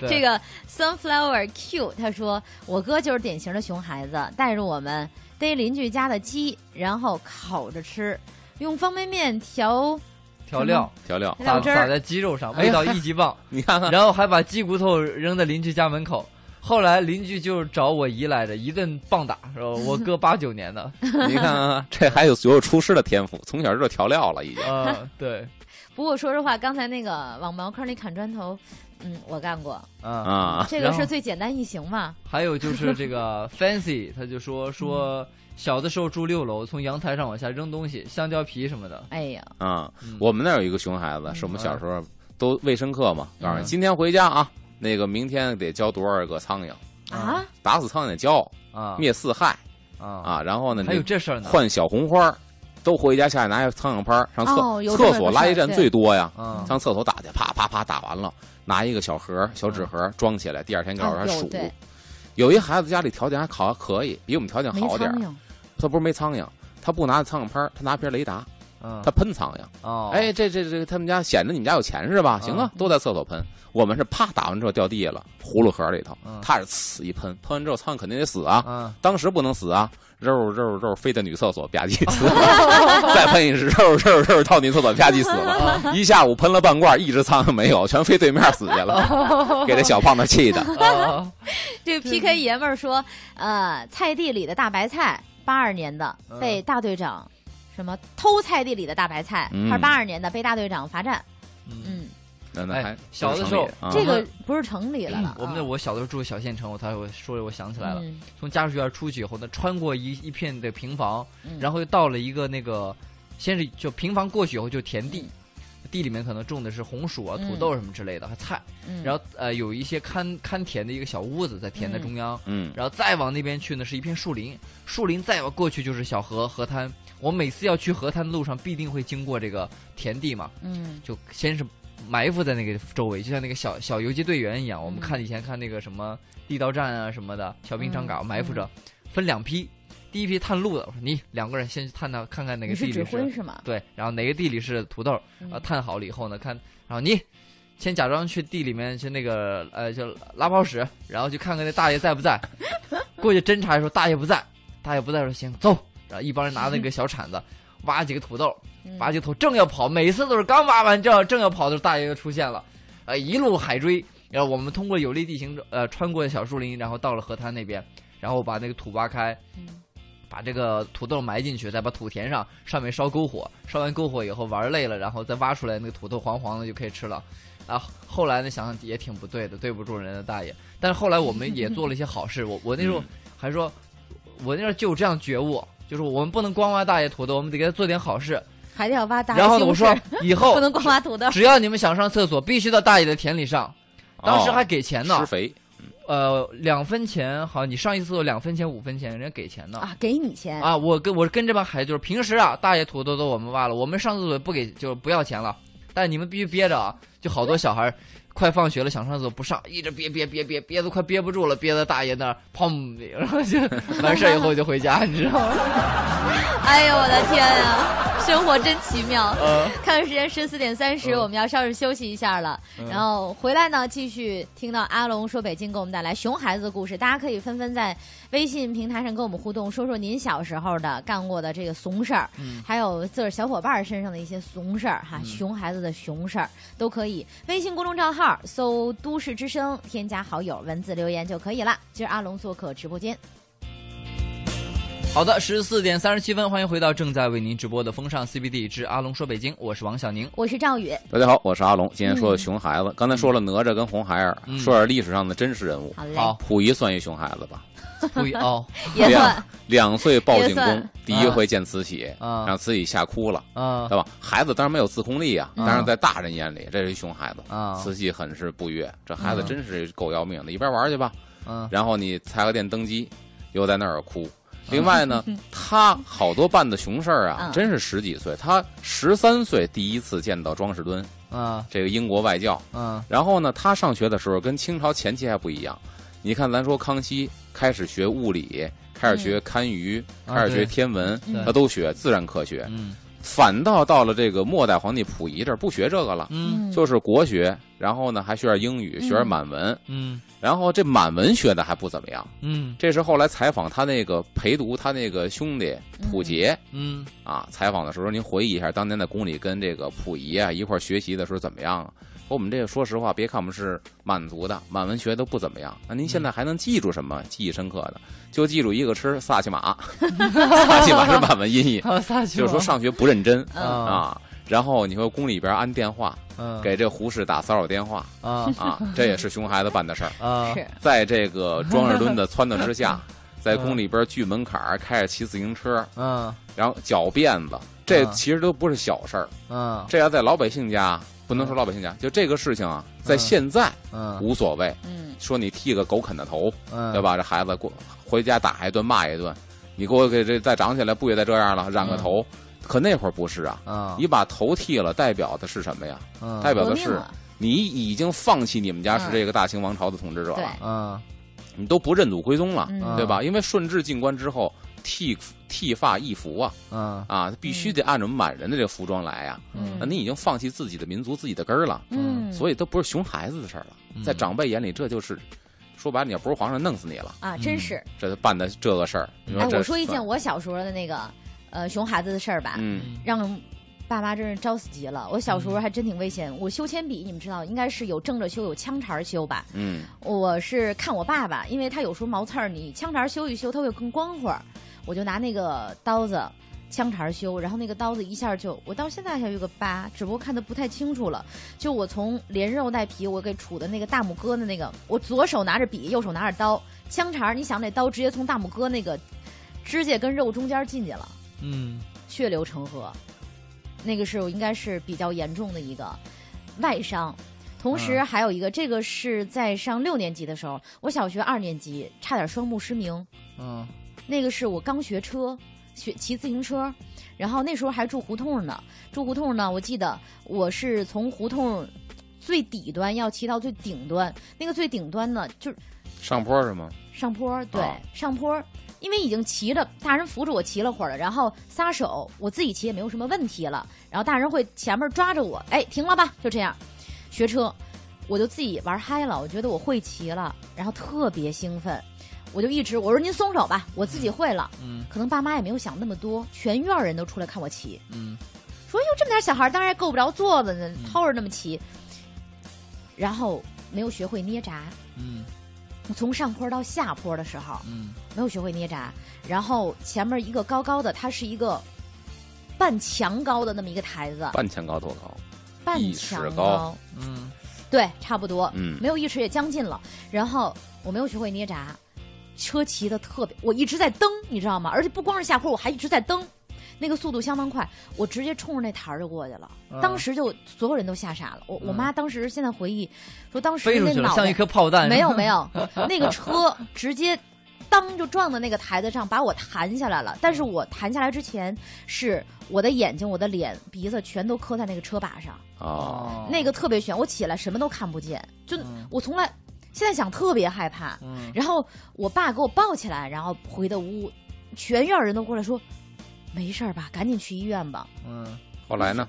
对
这个 sunflower Q 他说，我哥就是典型的熊孩子，带着我们逮邻居家的鸡，然后烤着吃，用方便面调
调料
调料，
撒
料汁
撒
儿，
在鸡肉上，
哎呀
味道一级棒。
你看看，
然后还把鸡骨头扔在邻居家门口。后来邻居就找我姨来着，一顿棒打，说我哥八九年的，
你看看，这还有有厨师的天赋，从小就知道调料了已经。
啊，对，
不过说实话，刚才那个往茅坑里砍砖头，嗯，我干过，
啊，
啊，
这个
然后
是最简单易行嘛。
还有就是这个 Fancy，他就说说小的时候住六楼，从阳台上往下扔东西，香蕉皮什么的。
哎呀，
啊
嗯，
我们那儿有一个熊孩子，是我们
嗯
小时候都卫生课嘛，告诉
嗯
你今天回家啊，那个明天得教多少个苍蝇，
啊，
打死苍蝇得教，
啊
灭四害
啊
啊，然后呢，
还有
你
这事儿呢？
换小红花儿，都回家下去拿苍蝇拍儿上厕、
哦有这么
厕
个
所
事儿
垃圾站
对
最多呀，
啊
上厕所打去，啪啪啪打完了，拿一个小盒儿小纸盒儿装起来，第二天告诉
啊
他
嗯有
数。
对
有一孩子家里条件还好可以，比我们条件
没
好点
苍
儿，
蝇，
他不是没苍蝇。他不拿苍蝇拍儿他拿瓶雷达，
嗯
啊
他喷苍蝇。
哦
哎，这这这，他们家显得你们家有钱是
嗯
吧？行啊，都在厕所喷。我们是啪打完之后掉地下了，葫芦盒里头
嗯，
他是呲一喷，喷完之后苍蝇肯定得死啊。
嗯
啊
当时不能死啊，肉肉肉飞到女厕所吧唧
<laughs>
死了，再喷一次肉肉肉到女厕所吧唧死了， <laughs> 一下午喷了半罐，一只苍蝇没有，全飞对面死去 <laughs>
哦
了，给这小胖子气
<laughs>
的。
啊
这 PK 爷们儿说，呃，菜地里的大白菜，八二年的
嗯
被大队长什么偷菜地里的大白菜，
嗯
他是八二年的被大队长罚站。
嗯
嗯，
那那
哎
还
小的时候
啊
这个不是城里了了啊，
嗯我们那我小的时候住小县城，我才会说，我想起来了，
嗯
从家属院出去以后呢，穿过一一片的平房，
嗯
然后又到了一个那个，先是就平房过去以后就是田地，地里面可能种的是红薯啊、
嗯
土豆什么之类的，还菜。
嗯
然后呃有一些看看田的一个小屋子在田的中央，
嗯
然后再往那边去呢是一片树林，树林再往过去就是小河河滩。我每次要去河滩的路上必定会经过这个田地嘛，
嗯
就先是埋伏在那个周围，就像那个小小游击队员一样。我们
嗯
看以前看那个什么地道战啊什么的，小兵张嘎
嗯
埋伏着，分两批，第一批探路的，我说你两个人先去探探看看哪
你
个
是
地
指
里
挥
是
是吗？
对，然后哪个地里是土豆儿，啊，
嗯
探好了以后呢，看，然后你先假装去地里面去那个呃，就拉泡屎，然后去看看那大爷在不
<laughs>
在，过去侦查的时候大爷不在，大爷不在说行走，然后一帮人拿那个小铲子挖几个土豆，
嗯
挖几个土正要跑，每次都是刚挖完正正要跑的时候，大爷就出现了，呃，一路海追，然后我们通过有利地形呃穿过小树林，然后到了河滩那边，然后把那个土挖开，
嗯
把这个土豆埋进去，再把土填上，上面烧篝火，烧完篝火以后玩累了，然后再挖出来那个土豆黄黄的就可以吃了。啊，后来呢想想也挺不对的，对不住人家大爷。但是后来我们也做了一些好事，我我那时候
嗯
还说，我那时候就有这样觉悟，就是我们不能光挖大爷土豆，我们得给他做点好事。
还得要挖大
然后呢，
西红
我说哦
柿
以
不
后
能光挖土豆。
只要你们想上厕所，必须到大爷的田里上。
哦
当时还给钱呢
施，肥，
呃，两分钱，好像你上一次厕所两分钱、五分钱，人家给钱呢。
啊，给你钱！
啊，我跟我跟这帮孩子就是平时啊，大爷土豆都我们挖了，我们上厕所不给就是不要钱了，但你们必须憋着啊！就好多小孩儿快放学了想上厕所不上，一直憋憋憋憋憋都快憋不住了，憋在大爷那儿，砰，然后
<laughs>
就完事儿以后就回家，你知道吗？
哎呦我的天啊，生活真奇妙。
呃，
看时间十四点三十，
嗯
我们要稍事休息一下了，然后回来呢，继续听到阿龙说北京给我们带来熊孩子的故事。大家可以纷纷在微信平台上跟我们互动，说说您小时候的干过的这个怂事儿，
嗯
还有自个儿小伙伴儿身上的一些怂事儿哈，
嗯
熊孩子的熊事儿都可以。微信公众账号搜“都市之声”，添加好友，文字留言就可以了。今儿阿龙做客直播间，
好的，十四点三十七分，欢迎回到正在为您直播的风尚 CBD 之阿龙说北京，我是王小宁。
我是赵宇。
大家好，我是阿龙，今天
嗯
说的熊孩子，刚才说了哪吒跟红孩儿
嗯，
说点历史上的真实人物，
好嘞，
好，
溥仪算一熊孩子吧。
注意哦，
<laughs> 也
这样
<laughs> 算
两岁报
也
进宫
算，
第
嗯
一回见慈禧，
啊
让慈禧吓哭了，
啊
对吧？孩子当然没有自控力啊，
嗯
但是在大人眼里，这是一熊孩子。
啊
慈禧很是不悦，这孩子
嗯
真是够要命的，一边玩去吧。
嗯
然后你踩个电登基，又在那儿哭。
啊
另外呢，
嗯
他好多办的熊事儿啊
嗯，
真是十几岁，他十三岁第一次见到庄士敦，
啊
这个英国外教。
啊
然后呢，他上学的时候跟清朝前期还不一样。你看，咱说康熙开始学物理，开始学堪舆，
啊
开始
对
学天文，
对
他都学自然科学。
嗯
反倒到了这个末代皇帝溥仪这儿不学这个了，
嗯
就是国学，然后呢还学点英语，学点满文。
嗯
然后这满文学的还不怎么样。
嗯
这是后来采访他那个陪读他那个兄弟溥杰。
嗯
啊，采访的时候，您回忆一下当年在宫里跟这个溥仪啊一块儿学习的时候怎么样啊？说我们这个说实话，别看我们是满族的，满文学都不怎么样。那您现在还能记住什么记忆深刻的？就记住一个吃 <laughs> 萨其马，萨其马是满文音
<laughs>
译，
啊，撒
就是说上学不认真
嗯
啊
啊。然后你说宫里边安电话，
嗯，
给这胡适打骚扰电话
啊
啊，这也是熊孩子办的事儿。
啊
是
在这个庄士敦的撺掇
<laughs>
之下，在宫里边锯门槛儿，开着骑自行车，
嗯
然后绞辫子，这
啊
其实都不是小事儿。
嗯
这要在老百姓家，不能说老百姓家，就这个事情啊，在
嗯
现在
嗯
无所谓。
嗯，
说你剃个狗啃的头，
嗯，
对？吧？这孩子过回家打一顿骂一顿，你给我给这再长起来不也得这样了？染个头，可那会儿不是啊。
嗯啊，
你把头剃了，代表的是什么呀？
嗯
代表
革
的
命
是
了，
你已经放弃你们家是
嗯
这个大清王朝的统治者了，
嗯
你都不认祖归宗了，
嗯
嗯
对吧？因为顺治进关之后，剃剃发易服啊
嗯
啊，必须得按照满人的这服装来呀、
嗯
那你已经放弃自己的民族、自己的根儿了，
嗯，
所以都不是熊孩子的事儿了。在长辈眼里，这就是说白了，你要不是皇上，弄死你了。
啊，真是。
这办的这个事儿，你说
哎，
嗯这
我说一件
算，
我小时候的那个呃熊孩子的事儿吧，
嗯
让爸妈真是招死急了。我小时候还真挺危险，我修铅笔，你们知道，应该是有正着修，有枪茬儿修吧。
嗯
我是看我爸爸，因为他有时候毛刺儿，你枪茬儿修一修，它会更光滑儿。我就拿那个刀子枪茬儿修，然后那个刀子一下就，我到现在还有一个疤，只不过看的不太清楚了。就我从连肉带皮，我给杵的那个大拇哥的那个，我左手拿着笔，右手拿着刀，枪茬儿，你想那刀直接从大拇哥那个指甲跟肉中间儿进去了，
嗯
血流成河。那个是我应该是比较严重的一个外伤。同时
嗯
还有一个，这个是在上六年级的时候，我小学二年级差点双目失明。
嗯
那个是我刚学车，学骑自行车，然后那时候还住胡同呢。住胡同呢，我记得我是从胡同最底端要骑到最顶端，那个最顶端呢就是
上坡是吗？
上坡儿，对，
啊
上坡儿，因为已经骑着，大人扶着我骑了会儿了，然后撒手，我自己骑也没有什么问题了，然后大人会前面抓着我，哎，停了吧，就这样，学车，我就自己玩嗨了，我觉得我会骑了，然后特别兴奋，我就一直我说您松手吧，我自己会了，
嗯
可能爸妈也没有想那么多，全院儿人都出来看我骑，
嗯
说哟，这么点小孩儿当然够不着座子呢，掏着那么骑，然后没有学会捏闸，
嗯
从上坡到下坡的时候。
嗯
没有学会捏闸，然后前面一个高高的，它是一个半墙高的那么一个台子，
半墙高多高？
半
一尺
墙
高
嗯
对，差不多，
嗯
没有一尺也将近了。然后我没有学会捏闸，车骑的特别，我一直在蹬，你知道吗？而且不光是下坡，我还一直在蹬，那个速度相当快，我直接冲着那台儿就过去了，
嗯
当时就所有人都吓傻了。我我妈当时现在回忆说，当时
飞出
那
去了，
脑
像
袋
一颗炮弹。
没有
<laughs>
没有，那个车直接当就撞到那个台子上，把我弹下来了。但是我弹下来之前，是我的眼睛、我的脸、鼻子全都磕在那个车把上，
啊，
那个特别悬。我起来什么都看不见，就
哦嗯
我从来现在想特别害怕。
嗯
然后我爸给我抱起来，然后回的屋，全院人都过来说：“没事儿吧，赶紧去医院吧。”
嗯
后来呢？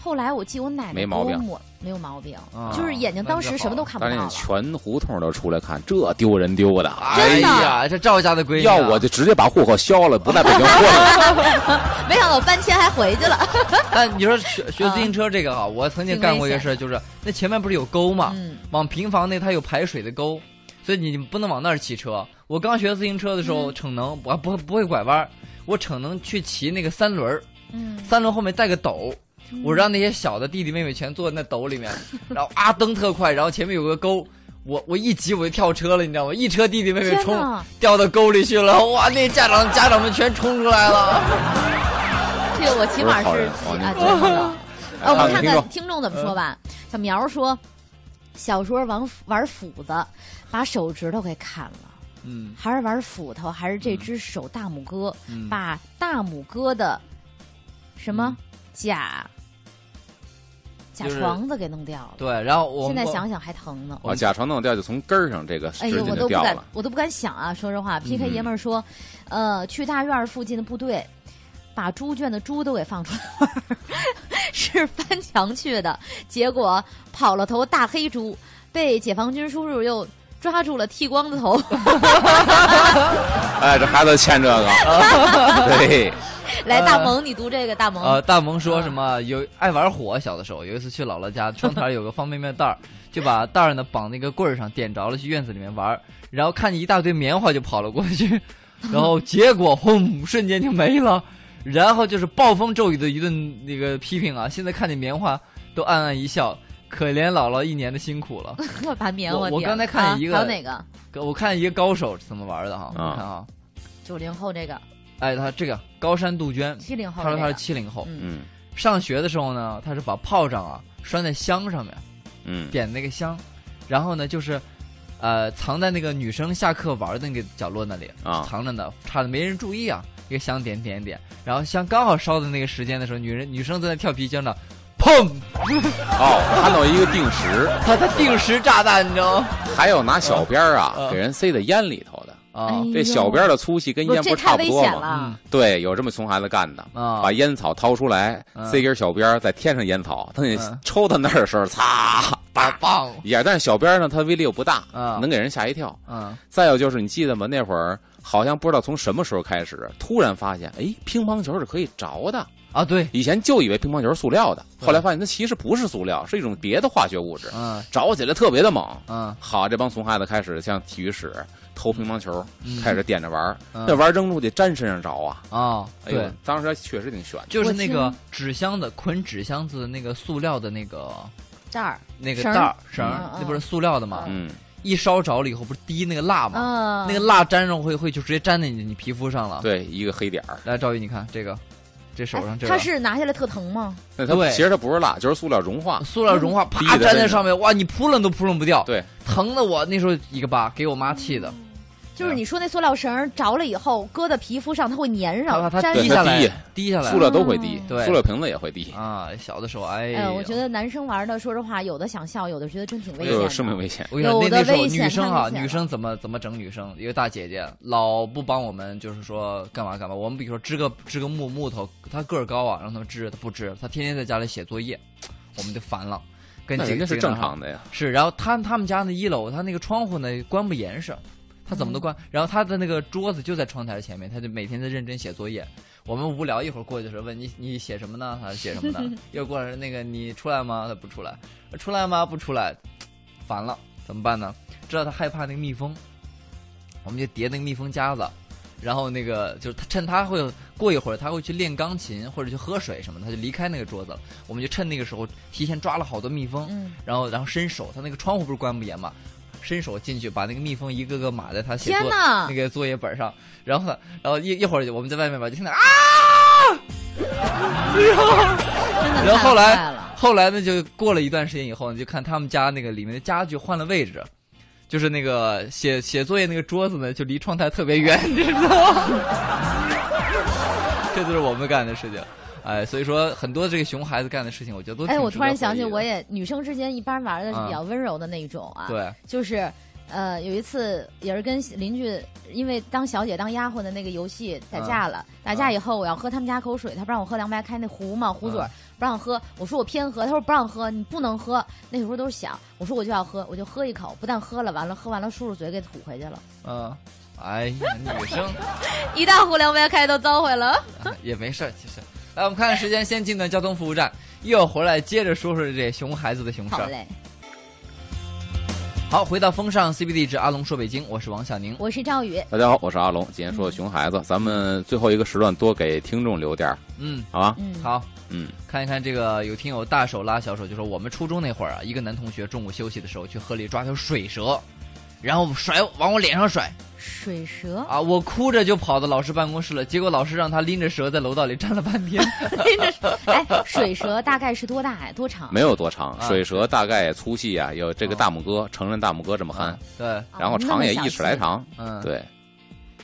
后来我记我奶奶
没毛
给我
病
抹没有毛病，
啊
就是眼睛
那
当
就
时什
好
么都看不
当
到
年
了。
全胡同都出来看，这丢人丢的！哎
哎
呀，
呀，这赵家的闺女啊
要我就直接把户口销了，不在北京混了。
没想到我搬迁还回去了。
<laughs> 但你说学学自行
嗯
车这个啊，我曾经干过一个事儿，就是那前面不是有沟吗？
嗯
往平房那它有排水的沟，所以你不能往那儿骑车。我刚学自行车的时
嗯
候，逞能我还不不会拐弯儿，我逞能去骑那个三轮儿，
嗯
三轮后面带个斗。我让那些小的弟弟妹妹全坐在那斗里面，然后啊蹬特快，然后前面有个沟，我我一急我就跳车了，你知道吗？一车弟弟妹妹
天
冲
哪
掉到沟里去了，哇！那家长家长们全冲出来了。
这个我 <laughs> 起码
不是好
是
人哦
啊，
你哎
对，好的。呃，我们看
看看
看听众怎么说吧。小苗说，小时候玩玩斧子，把手指头给砍了，
嗯
还是玩斧头，还是这只手大拇哥，
嗯，
把大拇哥的什么甲甲
就是
床子给弄掉了。
对，然后我
现在
我
想想还疼呢。
啊，甲床弄掉就从根儿上这个
哎
直
呦，
接
我
就
都不
掉
敢
了。，
我都不敢想啊！说实
嗯
话，PK 爷们儿说，呃，去大院儿附近的部队，把猪圈的猪都给放出来玩儿， <laughs> 是翻墙去的，结果跑了头大黑猪，被解放军叔叔又抓住了，剃光
<laughs>
的头
哎，这孩子欠这
<laughs>
个，对，
来。大萌，你读这个，大萌，
呃，大萌说什么有爱玩火，小的时候有一次去姥姥家，窗台儿有个方便面袋儿，就把袋儿呢绑那个棍儿上，点着了去院子里面玩儿，然 <laughs> 后看见一大堆棉花就跑了过去，然后结果轰，瞬间就没了。然后就是暴风骤雨的一顿那个批评啊。现在看见棉花都暗暗一笑，可怜姥姥一年的辛苦了。
把棉
我
我
我
点
刚才看
啊
一个
还有哪个？
我看一个高手怎么玩的哈，
啊
我看啊，
九零后这个，
哎，他这个高山杜鹃，
七零后
他
这
说
个，
他是七零后，
嗯，
嗯
上学的时候呢，他是把炮仗啊拴在香上面，
嗯
点那个香，然后呢就是，呃，藏在那个女生下课玩的那个角落那里
啊
藏着呢，差的没人注意啊，一个香点点点，然后香刚好烧的那个时间的时候，女人女生在那跳皮筋呢，砰， <laughs>
哦，看到一个定时，
他他定时炸弹，你知道吗？
还有拿小鞭儿
啊
啊给人塞在烟里头
啊
嗯
的。
哎
这小鞭儿的粗细跟烟不
这
是
太
差不
危
多
险
吗？
嗯
了，
对，有这么穷孩子干的，
啊
把烟草掏出来，
嗯
塞根小鞭儿，再添上烟草，等你
嗯
抽到那儿的时候，擦，
<laughs>
打
叭
棒，
一下。但是小鞭儿呢，它威力又不大，
啊
能给人吓一跳。
嗯
再有就是，你记得吗？那会儿好像不知道从什么时候开始，突然发现，哎，乒乓球是可以着的。
啊对，
以前就以为乒乓球是塑料的，
对
后来发现它其实不是塑料，是一种别的化学物质，
嗯
着起来特别的猛。
嗯
好，这帮怂孩子开始像体育室投乒乓球，
嗯
开始点着玩儿，
嗯
那玩儿扔出去粘身上着啊！
啊
哎呦
对，，
当时还确实挺悬的。
就是
我
那
听
个纸箱子捆纸箱子的那个塑料的那个
这儿，
那个
绳儿
袋儿绳儿
嗯，嗯
那不是塑料的吗？
嗯，
一烧着了以后，不是滴那个蜡吗？
嗯，
那个蜡粘上会会就直接粘在你你皮肤上了。，
对，一个黑点儿。
来赵宇，你看这个，这手上这个，
他是拿下来特疼吗？
那它
对
其实它不是蜡，就是塑料融化。
塑料融化，
滴
啪
在
粘在
身
上
上
面，哇，你扑棱都扑棱不掉，
对，
疼的我那时候一个疤，给我妈气的，啊
就是你说那塑料绳儿着了以后，搁在皮肤上，它会粘
她
上
怕，它
粘
对
滴下
上。
它
来
滴，
滴下来，
塑料都会滴，
嗯对
塑料瓶子也会滴，
啊，小的时候，哎
哎
呦，
呦，我觉得男生玩的，说实话，有的想笑，有的觉得真挺危
又
险的。
有生命危险。
我跟你说，
有的
那那时候
危险
女生啊，
太危险了
女生怎么怎么整女生？一个大姐姐老不帮我们，就是说干嘛干嘛。我们比如说支个支个木木头，她个儿高啊，让她支，她不支，她天天在家里写作业，我们就烦了。跟
那
几
人
个
家是
几个
正
男孩
常的呀，
是，然后他他们家那一楼，他那个窗户呢关不严实，他怎么都关。然后他的那个桌子就在窗台前面，他就每天在认真写作业。我们无聊一会儿过去的时候问 <laughs> 你你写什么呢？他写什么呢？又过来那个你出来吗？他不出来，出来吗？不出来，烦了，怎么办呢？知道他害怕那个蜜蜂，我们就叠那个蜜蜂夹子。然后那个就是他趁他会过一会儿，他会去练钢琴或者去喝水什么的，他就离开那个桌子了。我们就趁那个时候提前抓了好多蜜蜂，
嗯，
然后然后伸手，他那个窗户不是关不严嘛，伸手进去把那个蜜蜂一个个码在他写
天
作
哪
那个作业本上，然后呢，然后一一会儿我们在外面吧，就听到啊，
真的
然后后
太坏
来
了
后来呢，就过了一段时间以后呢，就看他们家那个里面的家具换了位置。就是那个写写作业那个桌子呢，就离窗台特别远，你知道吗？ <laughs> 这就是我们干的事情，哎，所以说很多这个熊孩子干的事情，我觉得都挺
哎，我
值
突
得
然
回
想起，
忆的啊
我也女生之间一般玩的是比较温柔的那一种啊，
对，
就是呃，有一次也是跟邻居，因为当小姐当丫鬟的那个游戏打架了，打架以后我要喝他们家口水，他不让我喝凉白开那壶嘛，壶嘴儿、
嗯
不让喝，我说我偏喝，他说不让喝，你不能喝，那时候都是想，我说我就要喝，我就喝一口，不但喝了，完了喝完了漱漱嘴给吐回去了，
嗯，哎呀，女生。 <laughs> 啊
一大壶凉白开都糟毁了，
也没事儿，其实。来，我们看看时间，先进段交通服务站，一会儿回来接着说说这熊孩子的熊事
好
儿。
嘞，
好，回到风尚 CBD 之阿龙说北京，我是王小宁。
我是赵宇，
大家好，我是阿龙。今天
嗯
说熊孩子，咱们最后一个时段多给听众留点儿，
嗯，
好吧？
嗯，
好，
嗯，
看一看这个有听友大手拉小手，就说我们初中那会儿啊，一个男同学中午休息的时候去河里抓条水蛇，然后甩往我脸上甩
水蛇
啊，我哭着就跑到老师办公室了，结果老师让他拎着蛇在楼道里站了半 <laughs> 天。
拎着水， <laughs> 哎，水蛇大概是多大呀？多长？
没有多长，
啊
水蛇
嗯
大概粗细啊，有这个
哦
大拇哥，成人大拇哥这么憨，
对，嗯
啊
然后长也一尺来。长。
那
嗯
么小气
对，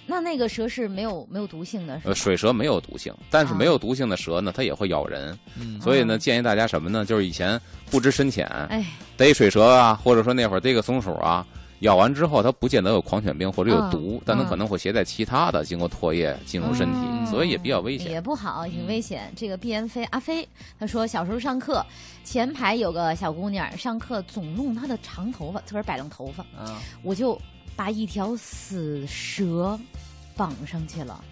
那么小那那个蛇是没有没有毒性的，是吧？
呃，水蛇没有毒性，但是
啊
没有毒性的蛇呢，它也会咬人。
嗯，
所以呢，
哦
建议大家什么呢？就是以前不知深浅，
哎，
逮水蛇啊，或者说那会儿逮个松鼠啊，咬完之后它不见得有狂犬病或者有
嗯
毒，但它
嗯
可能会携带其他的，经过唾液进入身体，
嗯
所以也比较危险。
也不好，
嗯
挺危险。这个毕延飞阿飞他说，小时候上课，前排有个小姑娘上课总弄她的长头发，特别是摆弄头发，
嗯，
我就把一条死蛇绑上去了。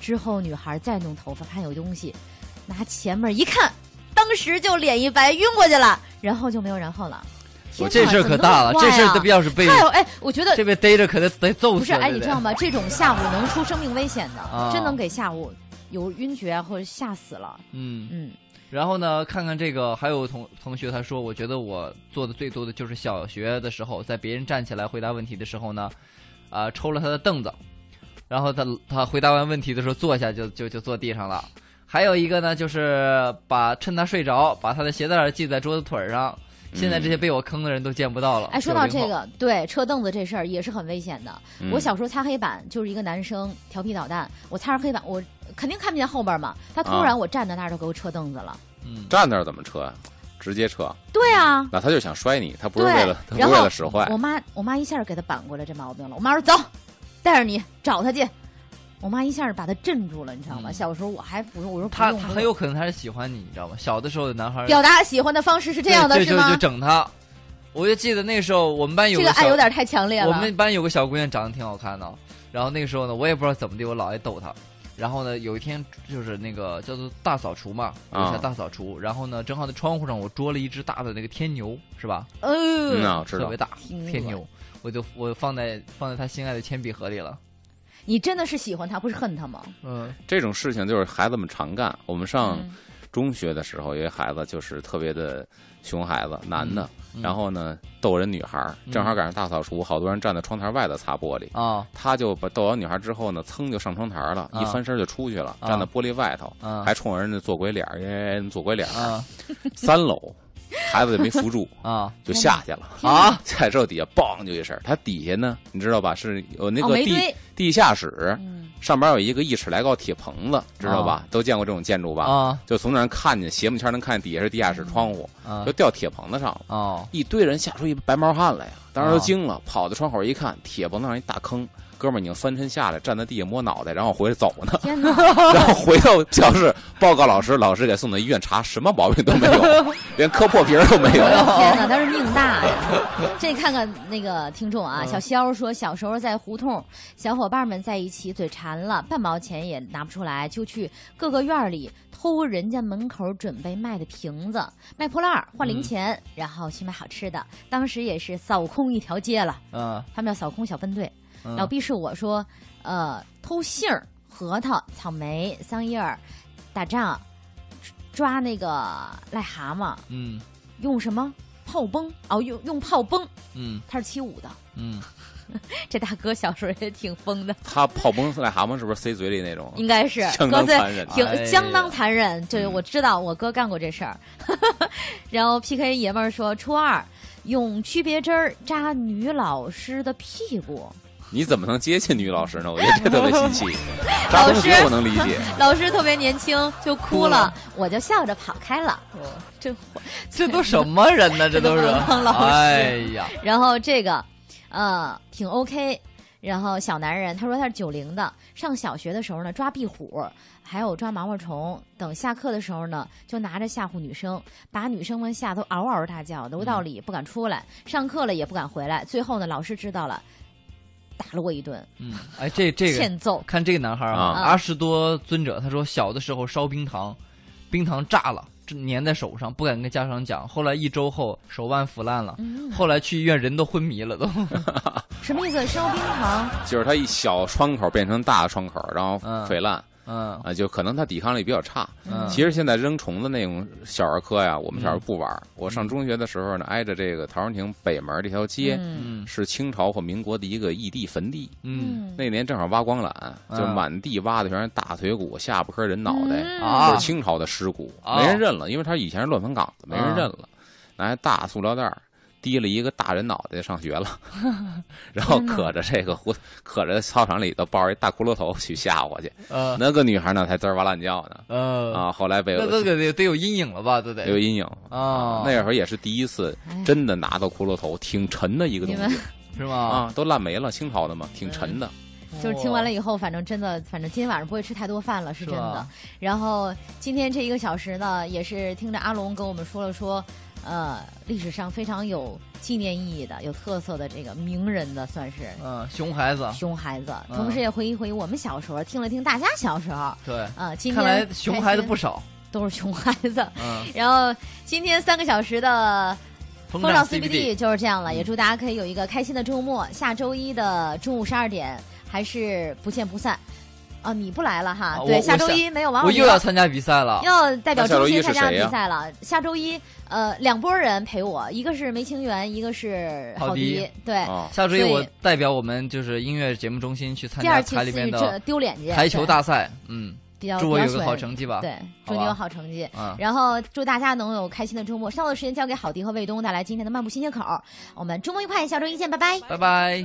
之后女孩再弄头发，看有东西，拿前面一看，当时就脸一白，晕过去了，然后就没有然后了。
我
天
这
哪
事儿可大了，这事儿要是被
太有哎，我觉得
这被逮着，可得得揍
不
死
是
了。
哎，
这
你
得
知道吗？这种下午能出生命危险的，
啊
真能给下午有晕厥啊或者吓死了。
嗯，
嗯，
然后呢，看看这个，还有同同学他说，我觉得我做的最多的就是小学的时候，在别人站起来回答问题的时候呢，啊、抽了他的凳子，然后他他回答完问题的时候坐下就就就坐地上了。还有一个呢，就是把趁他睡着，把他的鞋带儿系在桌子腿儿上。现在这些被我坑的人都见不到了。
哎，说到
90后
这，个，对车凳子这事儿也是很危险的。
嗯
我小时候擦黑板就是一个男生调皮捣蛋，我擦着黑板，我肯定看不见后边嘛。他
啊
突然我站在那儿就给我车凳子了。
嗯，
站那儿怎么撤？直接撤，
对啊，
那他就想摔你，他不
对
是为了，他
然
不是
后
为了使坏
我。妈我妈一下给他扳过来这毛病了。我妈说走，带着你找他去。我妈一下把他镇住了，你知道吗？
嗯
小时候我还不用，我说不
他
用
他
不
很
用
有可能他是喜欢你，你知道吗？小的时候的男孩儿
表达喜欢的方式是这样的，
对
是
就就
吗
就？整他。我就记得那时候我们班有
这个
小
爱有点太强烈了。
我们班有个小姑娘长得挺好看的，然后那个时候呢，我也不知道怎么的，我老爱逗她。然后呢，有一天就是那个叫做大扫除嘛，有一
啊
下大扫除，然后呢，正好在窗户上我捉了一只大的那个天牛，是吧？
哎呦
嗯啊，我知
特
道
别。大
听
天
过
牛，我就我放在放在他心爱的铅笔盒里了。
你真的是喜欢他，不是恨他吗？
嗯
这种事情就是孩子们常干。我们上
嗯
中学的时候，有一孩子就是特别的熊孩子，男的，
嗯
然后呢逗人女孩儿，正好赶上大扫除，好多人站在窗台外头擦玻璃。
啊
他就把逗完女孩之后呢，噌就上窗台了，
啊
一翻身就出去了，
啊
站在玻璃外头，
啊
还冲人家做鬼脸儿，人家做鬼脸儿，
啊
三楼，孩子就
<laughs>
没扶住，
啊
就下去了。
啊！
<laughs> 下来之后底下梆就一声，他底下呢，你知道吧？是有那
哦，
个
没
地、 <laughs>
堆，
地下室，
嗯，，
上边有一个一尺来高铁棚子，知道吧？都见过这种建筑吧？
啊
就从那儿看见斜木圈能看见底下是地下室窗户，
啊
就掉铁棚子上了。
哦
一堆人吓出一白毛汗来呀！当时
啊
都惊了，跑到窗口一看，铁棚子上一大坑，哥们儿已经翻身下来，站在地下摸脑袋，然后回来走呢
<laughs>
天哪！
然后回到教室报告老师，老师给送到医院查，什么毛病都
<laughs>
没有，连磕破皮儿都没有
我。的天哪，他是命大呀！ <laughs> 这看看那个听众
嗯
啊，小肖说小时候在胡同，小伙伴们在一起嘴馋了，半毛钱也拿不出来，就去各个院儿里偷人家门口准备卖的瓶子、卖破烂儿换零钱，
嗯
然后去买好吃的。当时也是扫空一条街了，
嗯
他们叫扫空小分队。
嗯
老毕是我说，呃，偷杏儿、核桃、草莓、桑叶儿，打仗，抓那个癞蛤蟆，
嗯
用什么炮崩？哦，用用炮崩，
嗯
他是七五的。 <laughs>
嗯
这大哥小时候也挺疯的，
他泡崩癞蛤蟆是不是塞嘴里那种？
应该是
相
哥
当
最
残忍嗯
挺、
哎呀
相当残忍。就是我知道我哥干过这事儿。 <laughs> 然后 PK 爷们儿说，初二用区别针儿扎女老师的屁股，
你怎么能接近女老师呢？我觉得这特别稀
<laughs>
奇。扎同学我能理解，
老师特别年轻就哭
哭了
了，我就笑着跑开了。真坏。
这都什么人呢？这都是
这都 <laughs> 帮帮老师
哎呀，
<laughs> 然后这个，呃，挺 OK。然后小男人，他说他是九零的，上小学的时候呢抓壁虎，还有抓毛毛虫。等下课的时候呢，就拿着吓唬女生，把女生们吓得嗷嗷大叫，楼道里不敢出来，上课了也不敢回来。最后呢，老师知道了，打了我一顿，
嗯，哎，这
<laughs>
这个
欠揍。
看这个男孩儿啊，
啊
阿什多尊者，他说小的时候烧冰糖，冰糖炸了，这粘在手上，不敢跟家长讲。后来一周后，手腕腐烂了，
嗯，
后来去医院人都昏迷了
<laughs>
都。
什么意思？烧冰糖？
就是他一小窗口变成大的窗口，然后
嗯
溃烂
嗯
啊，就可能他抵抗力比较差。
嗯，
其实现在扔虫子那种小儿科呀，我们小时候不
嗯
玩儿。我上中学的时候呢，挨着这个陶然亭北门这条街，
嗯
嗯
是清朝或民国的一个异地坟地。
嗯
嗯，
那年正好挖光缆，就
啊
满地挖的全是大腿骨、下巴颏、人脑袋，
嗯
啊
都是清朝的尸骨，
啊
没人认了，因为他以前是乱坟岗子，没人
啊
认了，拿一大塑料袋儿提了一个大人脑袋上学了，然后可着这个胡，可着操场里头抱着一大骷髅头去吓唬去，
呃
那个女孩呢才滋儿哇乱叫呢。
呃，
啊，后来被
那
我
都得得得有阴影了吧？都
有
得
阴影
啊，
那会儿也是第一次
哎
真的拿到骷髅头，挺沉的一个东
你
西
们
是吗？
啊，都烂没了，清朝的嘛，挺沉的。
哦
就是听完了以后，反正真的，反正今天晚上不会吃太多饭了，是真
是
的
吧。
然后今天这一个小时呢，也是听着阿龙跟我们说了说，呃，历史上非常有纪念意义的、有特色的这个名人的，算是
嗯，熊孩子，
熊孩子。
嗯
同时也回忆回忆我们小时候，听了听大家小时候，
对，
呃，今
看来
天
熊孩子不
少，
少。
都是熊孩子。 <laughs>
嗯，
然后今天三个小时的
风
风尚
CBD，
CBD 就是这样了，
嗯
也祝大家可以有一个开心的周末。下周一的中午十二点还是不见不散。啊，你不来了哈
啊？
对，
我
下
我
周
下
一没有王
我
老师
又要参加比赛了。
要代表
那下
中
周
心
一
参
是
加
谁
比
呀
赛了。下周一，呃，两拨人陪我，一个是梅清源，一个是
郝
郝
迪
迪。对，
哦，
下周一
所以
我代表我们就是音乐节目中心去参
第二
加
期
台里
去
面
这
的
丢脸去
台球
对
大赛，嗯，
比较
祝
比
我
较
有个
损
好成绩吧。
对，
好
祝你
吧
有好成绩。
啊，
然后祝大家能有开心的周末。稍后的时间交给郝迪和卫东带来今天的漫步新街口。我们周末愉快，下周一见，拜拜。
拜拜。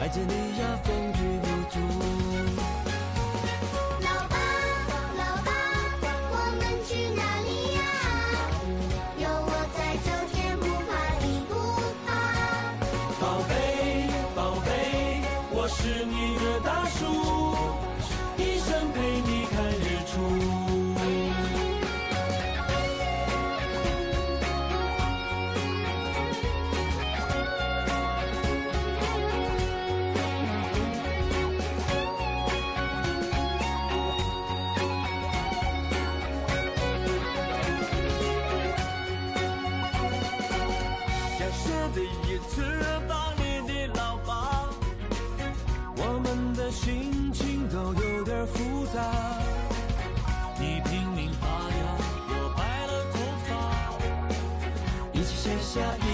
爱着你呀风雨无阻。
老爸，老爸，我们去哪里呀？有我在就天不怕地不怕。
宝贝，宝贝，我是你的大树，一生陪你看日出。要学的一次当你的老爸，我们的心情都有点复杂。你拼命发芽，我白了头发，一起写下一